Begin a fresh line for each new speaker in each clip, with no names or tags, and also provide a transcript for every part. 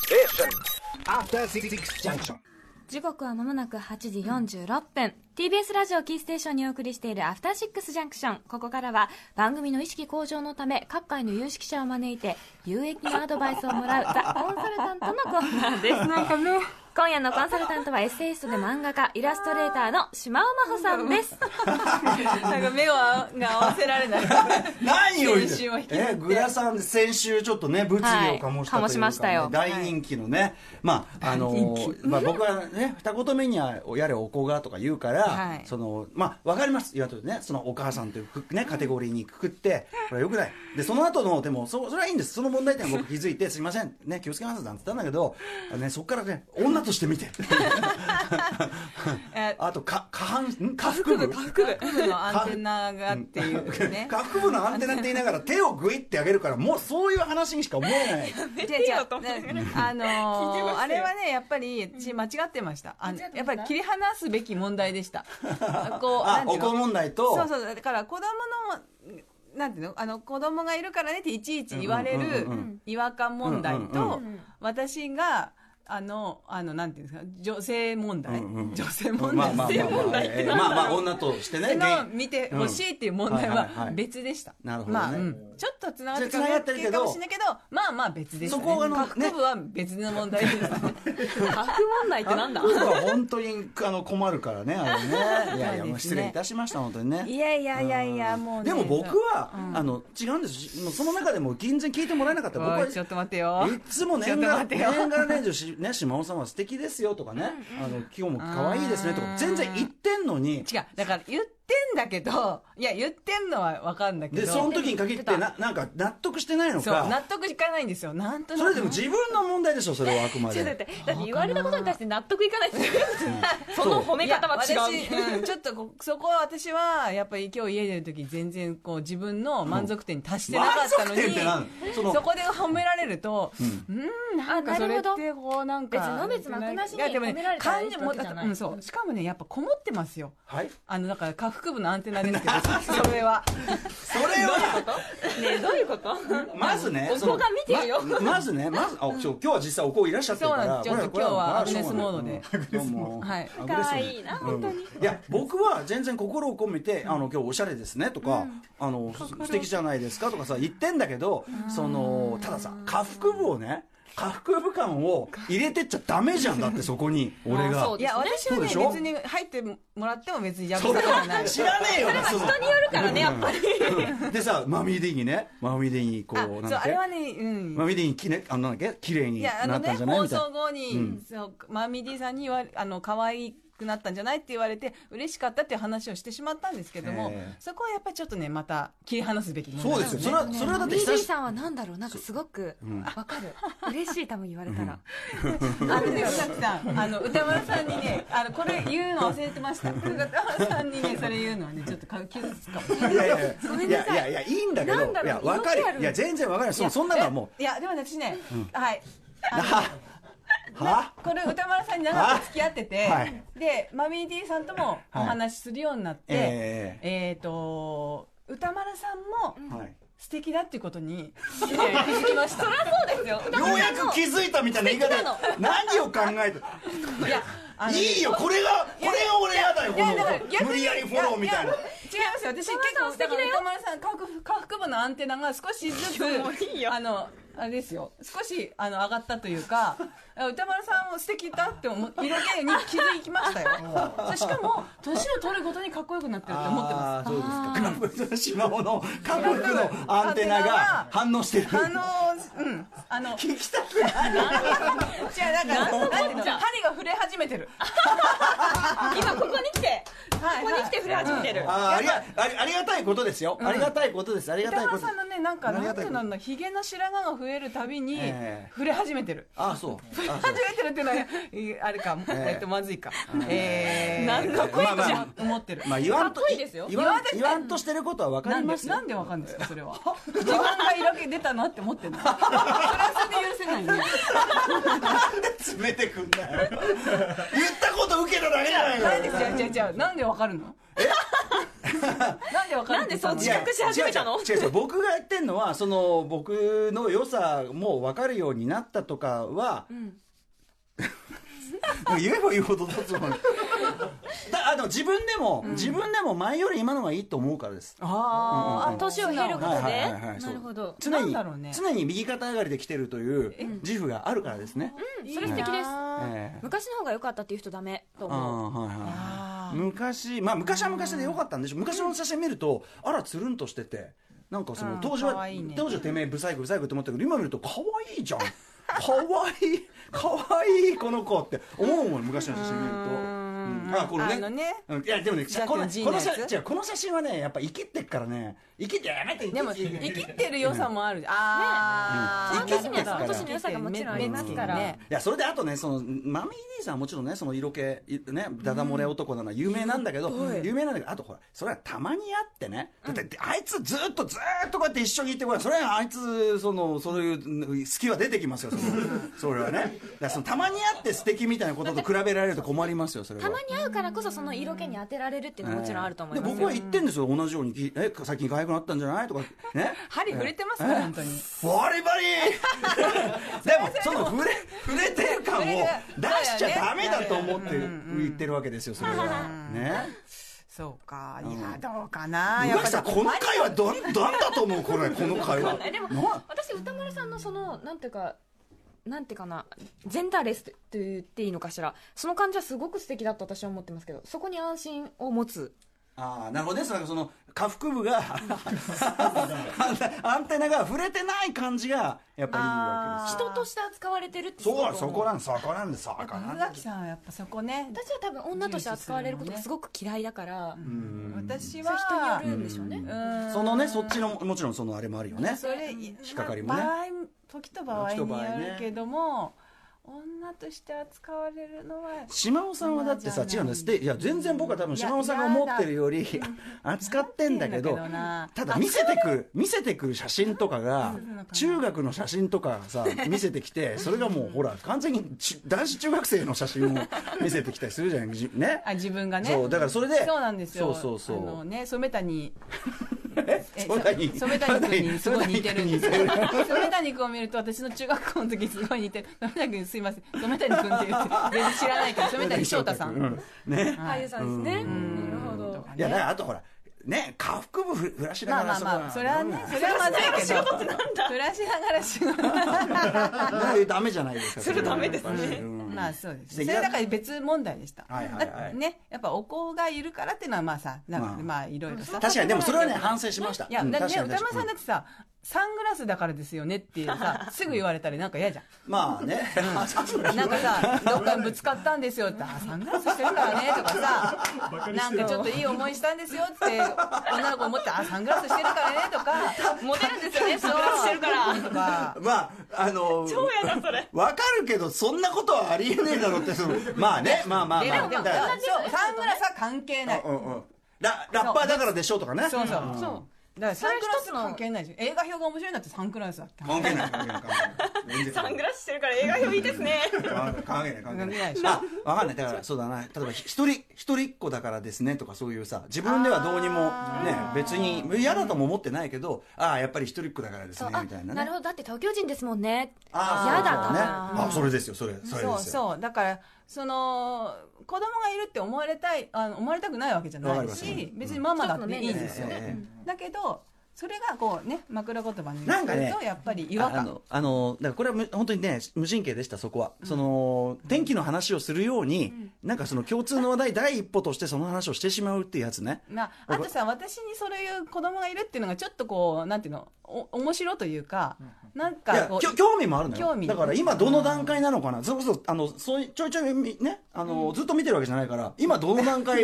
Station. After Six Junction.
時刻はまもなく8時46分、TBS ラジオキーステーションにお送りしているアフターシックスジャンクションここからは番組の意識向上のため各界の有識者を招いて有益なアドバイスをもらうザ・コンサルタントのコーナーですなんかね今夜のコンサルタントはエッセイストで漫画家イラストレーターの島尾真帆さん です
なんか目はが合わせられない。
何を言っ
先
て
週は引きずって
えグラさん先週ちょっとね物議を
はい
醸したというか
醸しましたよ
大人気のね、まああのまあ僕はね二言目にはやれおこがとか言うから、
はい
そのまあわかります言われてねそのお母さんというくねカテゴリーにくくってこれよくないでその後のでもそそれはいいんですその問題点は僕気づいて すいませんね気をつけますなんて言ったんだけどあのねそこからね女として見て
え
あとか下半ん下腹部
下腹部のアンテナがっていうね。
下腹部のアンテナって言いながら手をグイって上げるからもうそういう話にしか思え ない
じゃじゃ あのーあれはねやっぱり私間違ってました。あのやっぱり切り離すべき問題 でした。こ
あ
なんてい
お子
うの
問題と
そうそうだから子供のなんていうのあの子供がいるからねっていちいち言われ
うん
る
うんうんう
違和感問題
うんうん
と私があのあのなんていうんですか女性問題
うんうん
女性
まあ
問
まあまあ
題女性問題って
ええ
なん
まあ
だ
まあ
ろう
女としてね
の
現
見てほしいっていう問題
うんはいはいは
はい別でした。
なるほどね
まあうんちょっとつながって
それ繋がってるけど
かもしれないけど、まあまあ別でしたね。
そこがあのね
下腹部は別の問題です。
悪問題ってなんだ
夫婦は本当にあの困るからねあれ ねいやいや
そうですね
もう失礼いたしました本当にね
いやいやいやいや
ん
もうね
でも僕は
うん
あの違うんですもうその中でも全然聞いてもらえなかった僕
お
はい
ちょっと待ってよ。
いつも年
ちょっと
が
待ってよ
年がら年中しね島尾さんは素敵ですよとかねあの今日も可愛いですねと
う
か
ん
全然言ってんのに
違うだから言ってんだけどいや言ってんのは分かんだけど
でその時に限ってななんか納得してないの
そう納
か
得いかないんですよなんとなく
それでも自分の問題でしょそれはあくま
ちょっと待
で
ってだって言われたことに対して納得いかないってその褒め
いや
方は違う
私うんちょっとこそこは私はやっぱり今日家出る時全然こう自分の満足点に達してなかったの
満
に、
足点ってなんその
そこで褒められるとうんなんか
あ
そ
な
れ
る
っ
ほど
てこうなんか
別にの別なくなしに
いやでもね
褒められたらいい
感情も
わけじゃない
うんそうしかもねやっぱこもってますよ
はい
あのだから下腹部のアンテナですけど それは
それは
ねえどういうこと
まずね、
お子が見てるよ
その ままずね、まず、あ、ちょ、今日は実際お子いらっしゃってるから、
そうなんですちょっと
これこれ
今日は
まあ
アグネス
しょうがない
モードで
うんどうも
はい
アグレッ
可
シブ
愛いな本当に、
うんいや僕は全然心を込めて「あの今日おしゃれですね」とか「あのす素敵じゃないですか」とかさ言ってんだけどそのたださ下腹部をね下腹部感を入れてっちゃダメじゃんだってそこに俺
あそ
が
う
いや私はね
そうでしょ
別に入ってもらっても別にやぶ
そ
さ
れ
かじゃな
はい知らねえよなその
人によるからねやっぱり
うんでさマミーディにねマミーディにこうな
あ
ん
そう
だっ
あ
け
れはねうん
マミーディにきれあのなんだっけ綺麗に
いやあ
な
の
った
ね
んじゃない
放
みたいな
送後に、
うん
そうマミディさんに言われあの可愛くなったんじゃないって言われて嬉しかったっていう話をしてしまったんですけども、
ええ
そこはやっぱりちょっとねまた切り離すべき問題
そうですよ。それは、それはだって
d
久
d
し
さんはなんだろうなんかすごくわかる、嬉しい多分言われたら、
あのね、宇崎さん、あの歌丸さんにね、あのこれ言うの忘れてました。歌丸さんにね、それ言うのはね、ちょっと傷つくかもしれない。
ぶり。いやいやい
ごめんな
や、
さい
いやいや、いいんだけ
なんだ
ど、いや、
ろう
わか
色気あ
る。
る
いや、全然わかる。そ、そんなのはも
いや、でも私ね、はい。あの
う。は
これ歌丸さんに長く付き合ってて、
はい
でマミー D さんともお話しするようになって、
はいえ
えっ、と歌丸さんも
はい。
素敵だっていうことに、えー気づきましたそりゃそうですよ
ようやく気づいたみたいな言い方
素敵なの。
何を考えて。
いやあのね
いいよ、これが、これが俺やだよ、
いやだから
こ
逆
の。
に
無理やりフォローみたいな。
やや違いますよ私結構
歌丸さん素敵だよ
歌丸さん下腹下腹部のアンテナが少しずつあのあれですよ少しあの上がったというか 歌丸さんも素敵だって思う色気に気づきましたよそうしかも年を取るごとにかっこよくなってるって思ってま
ー
す
そうですか。カブ島尾のカブクのアンテナが反応してる。
あのーうん あの
聞きたくない。
じゃあだからなんていうの針が触れ始めてる
今ここに来て
はい
ここに来て触れ始めてる、
あーありが、ありありがたいことですよ。ありがたいことです。ありがた
歌
いこ
丸
と
さん。のねなんか
何が
な
あっ
ん
たの
ていうのあのひげの白髪が増えるたびに
ええ
触れ始めてる
あー、そう。あーそう
初めてるってのは、あれか、
え
えっと、まずいか。えー、
なんだこいつ
まあまあ思ってる。
まあ言わんと
かっこいいですよ
言わん言わんとしてることはわか
な
り
んで
ま、すよ
なんでわかんないですか、そ れは。自分が色気出たなって思ってるの。それはそれで許せないね。
詰めてくんなよ言ったこと受けただけじゃない
な
か
いですよ、じゃあ、じゃあ、なんでわかるのえなんでわかなんでそ
自覚し始めたの
いや違う違う違う違う僕がやってんのはその僕の良さも分かるようになったとか は、
ん
言えば言うほどだと思うだあでも自分でも、自分でも前より今のがいいと思うからです
あーあ、
年を経ることで、
はいはいはいはいそう
なるほど
常
なん
に、
だろうね
常に右肩上がりで来てるという自負があるからですね、
それ素敵です
ええ
昔の方が良かったっていう人ダメと
あ
思う
あはい
あ
は
ー
い昔まあ昔は昔で良かったんでしょ昔の写真見るとあらつるんとしててなんかその
うん
当時は
可愛いね
当時はてめえブサイクブサイクと思ったけど今見ると可愛い じゃん可愛い可愛いこの子って思うもん昔の写真見るとうんあこれね
あのね
うんいやでもね
ジャック
この
ジー
こ
の
の
やつ
写違うこの写真はねやっぱ生きってっからね生きってやめて
でも
生きて
生きてる良さもある
ね
ああ
その年にはその年の良さがもちろんありますから
いやそれであとねそのマミー・ディーさんはもちろんねその色気ねダダ漏れ男なのは有名なんだけど、有名なんだけどあとほらそれはたまにあってねだって、あいつずっとずっとこうやって一緒にいてこれそれはあいつそのそういう好きは出てきます よそのそれはねだからそのたまにあって素敵みたいなことと比べられると困りますよそれは
たまに会うからこそその色気に当てられるっていうのはもちろんあると思います
で
よ
僕は言ってんですよ同じようにきえ最近可愛くなったんじゃないとか ね
針触れてますから本当に
バリバリでもその触れ触れてる感を出しちゃダメだと思って言ってるわけですよそれはね
そうかいやどうかな
宇
やっ
垣
ぱ
さんこの会はどなんだと思うこれこの会話
えでも
な
私歌丸さんのそのなんていうかなんていうかなジェンダーレスと言っていいのかしらその感じはすごく素敵だと私は思ってますけどそこに安心を持つ
ああなるほどねなんかその下腹部が アンテナが触れてない感じがやっぱいいわけですよ
人として扱われてるってすご
そう
く
な
思
んそこなんそこなんですそこなん
宇
で
垣
す
さんはやっぱそこね
私は多分女として扱われることがすごく嫌いだから、
うん
私
そういう人によ
は
るんでしょうね、
うん
そのねそっちのもちろんそのあれもあるよね
それ引
っかかりもね
場合時と場合に
時と場合
よ
ね
るけども女として扱われるのは
島尾さんはだってさ違
嫌じゃ
うん
ない
ですでいや全然僕は多分島尾さんが思ってるより 扱ってんだけど
なんて
た
言うんだけどな
だ見せてくる見せてくる写真とかが中学の写真とかさ見せてきてそれがもうほら完全にち男子中学生の写真を見せてきたりするじゃないじね
あ自分がね
そうだからそれで
そうなんですよ
そうそうそう
あのね染 谷え
染谷
染谷君にすごい似てるんですよ
染谷
染谷君を見ると私の中学校の時すごい似てる染谷君すいません染谷君って言って全然知らないけど染谷翔太さん、
うんね
俳優さんですね、なるほ
と
ど
か
いやだ
ね
からあとほらね下腹部ふふらしな
まあ
がら
まあ
こ
まあそれはねそれはまずいけど暮らしながら仕事
うんダメじゃないですかそれ
ダメです
や
ね
っぱりうん
まあそうです
素敵
ね。
だ
それだから別問題でした。
はいはいはい
だね、やっぱお子がいるからっていうのはまあさ、なんか、
まあ
まあいろいろさ。
確かにでもそれはね反省しました
いや、
うん
だって
確
ね、
かに
歌
確かに
丸さんだってさ、サングラスだからですよねっていう さ、すぐ言われたりなんか嫌じゃん。
まあ ね、
なんかさ、どっかにぶつかったんですよって、あ、サングラスしてるからねとかさ、なんかちょっといい思いしたんですよって、女の子思って、あ、サングラスしてるからねとか、
モテるんですよねサングラスしてるから
とか、
まあ、あの、超やだ、それ。わかるけど、そんなことはありえねえだ ろって、その、まあね、まあまあ
え
ま
で
あ。だ
も、ま
か
あ
ら
そうサングラスは関係ない。
うんうんララッパーだからでしょうとかね。
そうそう。
ん
そう。だからサングラス関係ないし、映画表が面白いなってサングラスだった。
関係ない、関係ない関係ない。サングラスしてるから映画表いいですね。関係ない、関係
関係
な
ないいで。しょ
あ、わかんない。だから、そうだな。例えば、ひ一人、一人っ子だからですねとか、そういうさ、自分ではどうにも、ね、別に、嫌だとも思ってないけど、ああ、やっぱり一人っ子だからです
そう
ね、
あ
みたいな
な
ね
る。ほどだって東京人ですもんね
あ
やだ
そうね。
な
あ、それですよ、それ、それです
そ
よ。
うそうだからその子供がいるって思われたいあの思われたくないわけじゃ
わ
な
か
い
ります
し
ね
別にママだっていい
うん
ですよ、
ええええ
だけどそれがこうね枕言葉にする
なんかね
とやっぱり違和
ああ
感
のあのだからこれはむ本当にね無神経でしたそこは、その天気の話をするように、なんかその共通の話題第一歩としてその話をしてしまうっていうやつね
まあ、あとさ私にそういう子供がいるっていうのがちょっとこうなんていうのお面白というかなん
い
か
や
こ
きょ
う
興味もあるの
興
よ
味
だから今どの段階なのかなそれこそあのそういちょいちょいみねあの、ずっと見てるわけじゃないから今どの段 階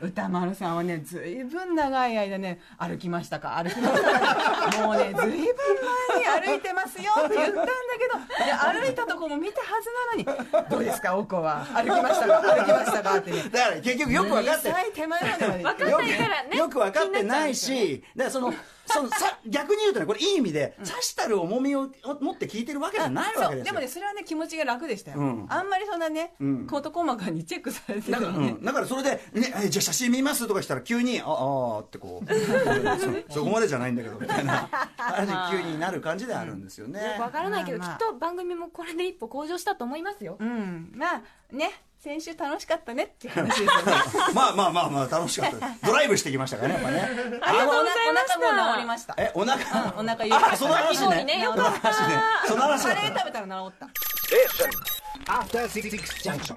歌丸さんはねずいぶん長い間ね 歩きましたか歩きましたかもうねずいぶん前に歩いてますよって言ったんだだけどで歩いたとこも見たはずなのに「どうですかおこは歩きましたか歩きましたか」ってね
だから結局よく分かって
実際手前までまで行って
よ
んないからね
くよく分かってないし、だからその、そのさ逆に言うとね、これ、いい意味で、刺したる重みをを持って聞いてるわけじゃないわ
そ
け
う
です
で
よ。
もねそれはね気持ちが楽でしたよ、
うん
あんまりそんなね、
うん
事細かにチェックされて
だから、
る
うんだからそれで、ね、えじゃあ写真見ますとかしたら急に、ああーってこう、そ そこまでじゃないんだけど、みたいな、あれで急になる感じであるんですよね。
よくわからないけど、
まあまあ
きっと番組もこれで一歩向上したと思いますよ。
うんまあね先週楽しかったねっていう 話ですよね
まあまあまあまあ、楽しかったです。ドライブしてきましたからね、やっぱね。
ありがと
うございました
お腹もう治りました
え、お腹、
うんお腹ゆる
あ、その話
かき氷
ね。
ねよ
その話ね。その話
カ
だっ
レ
た
ー食べたら治った
After Six Junction.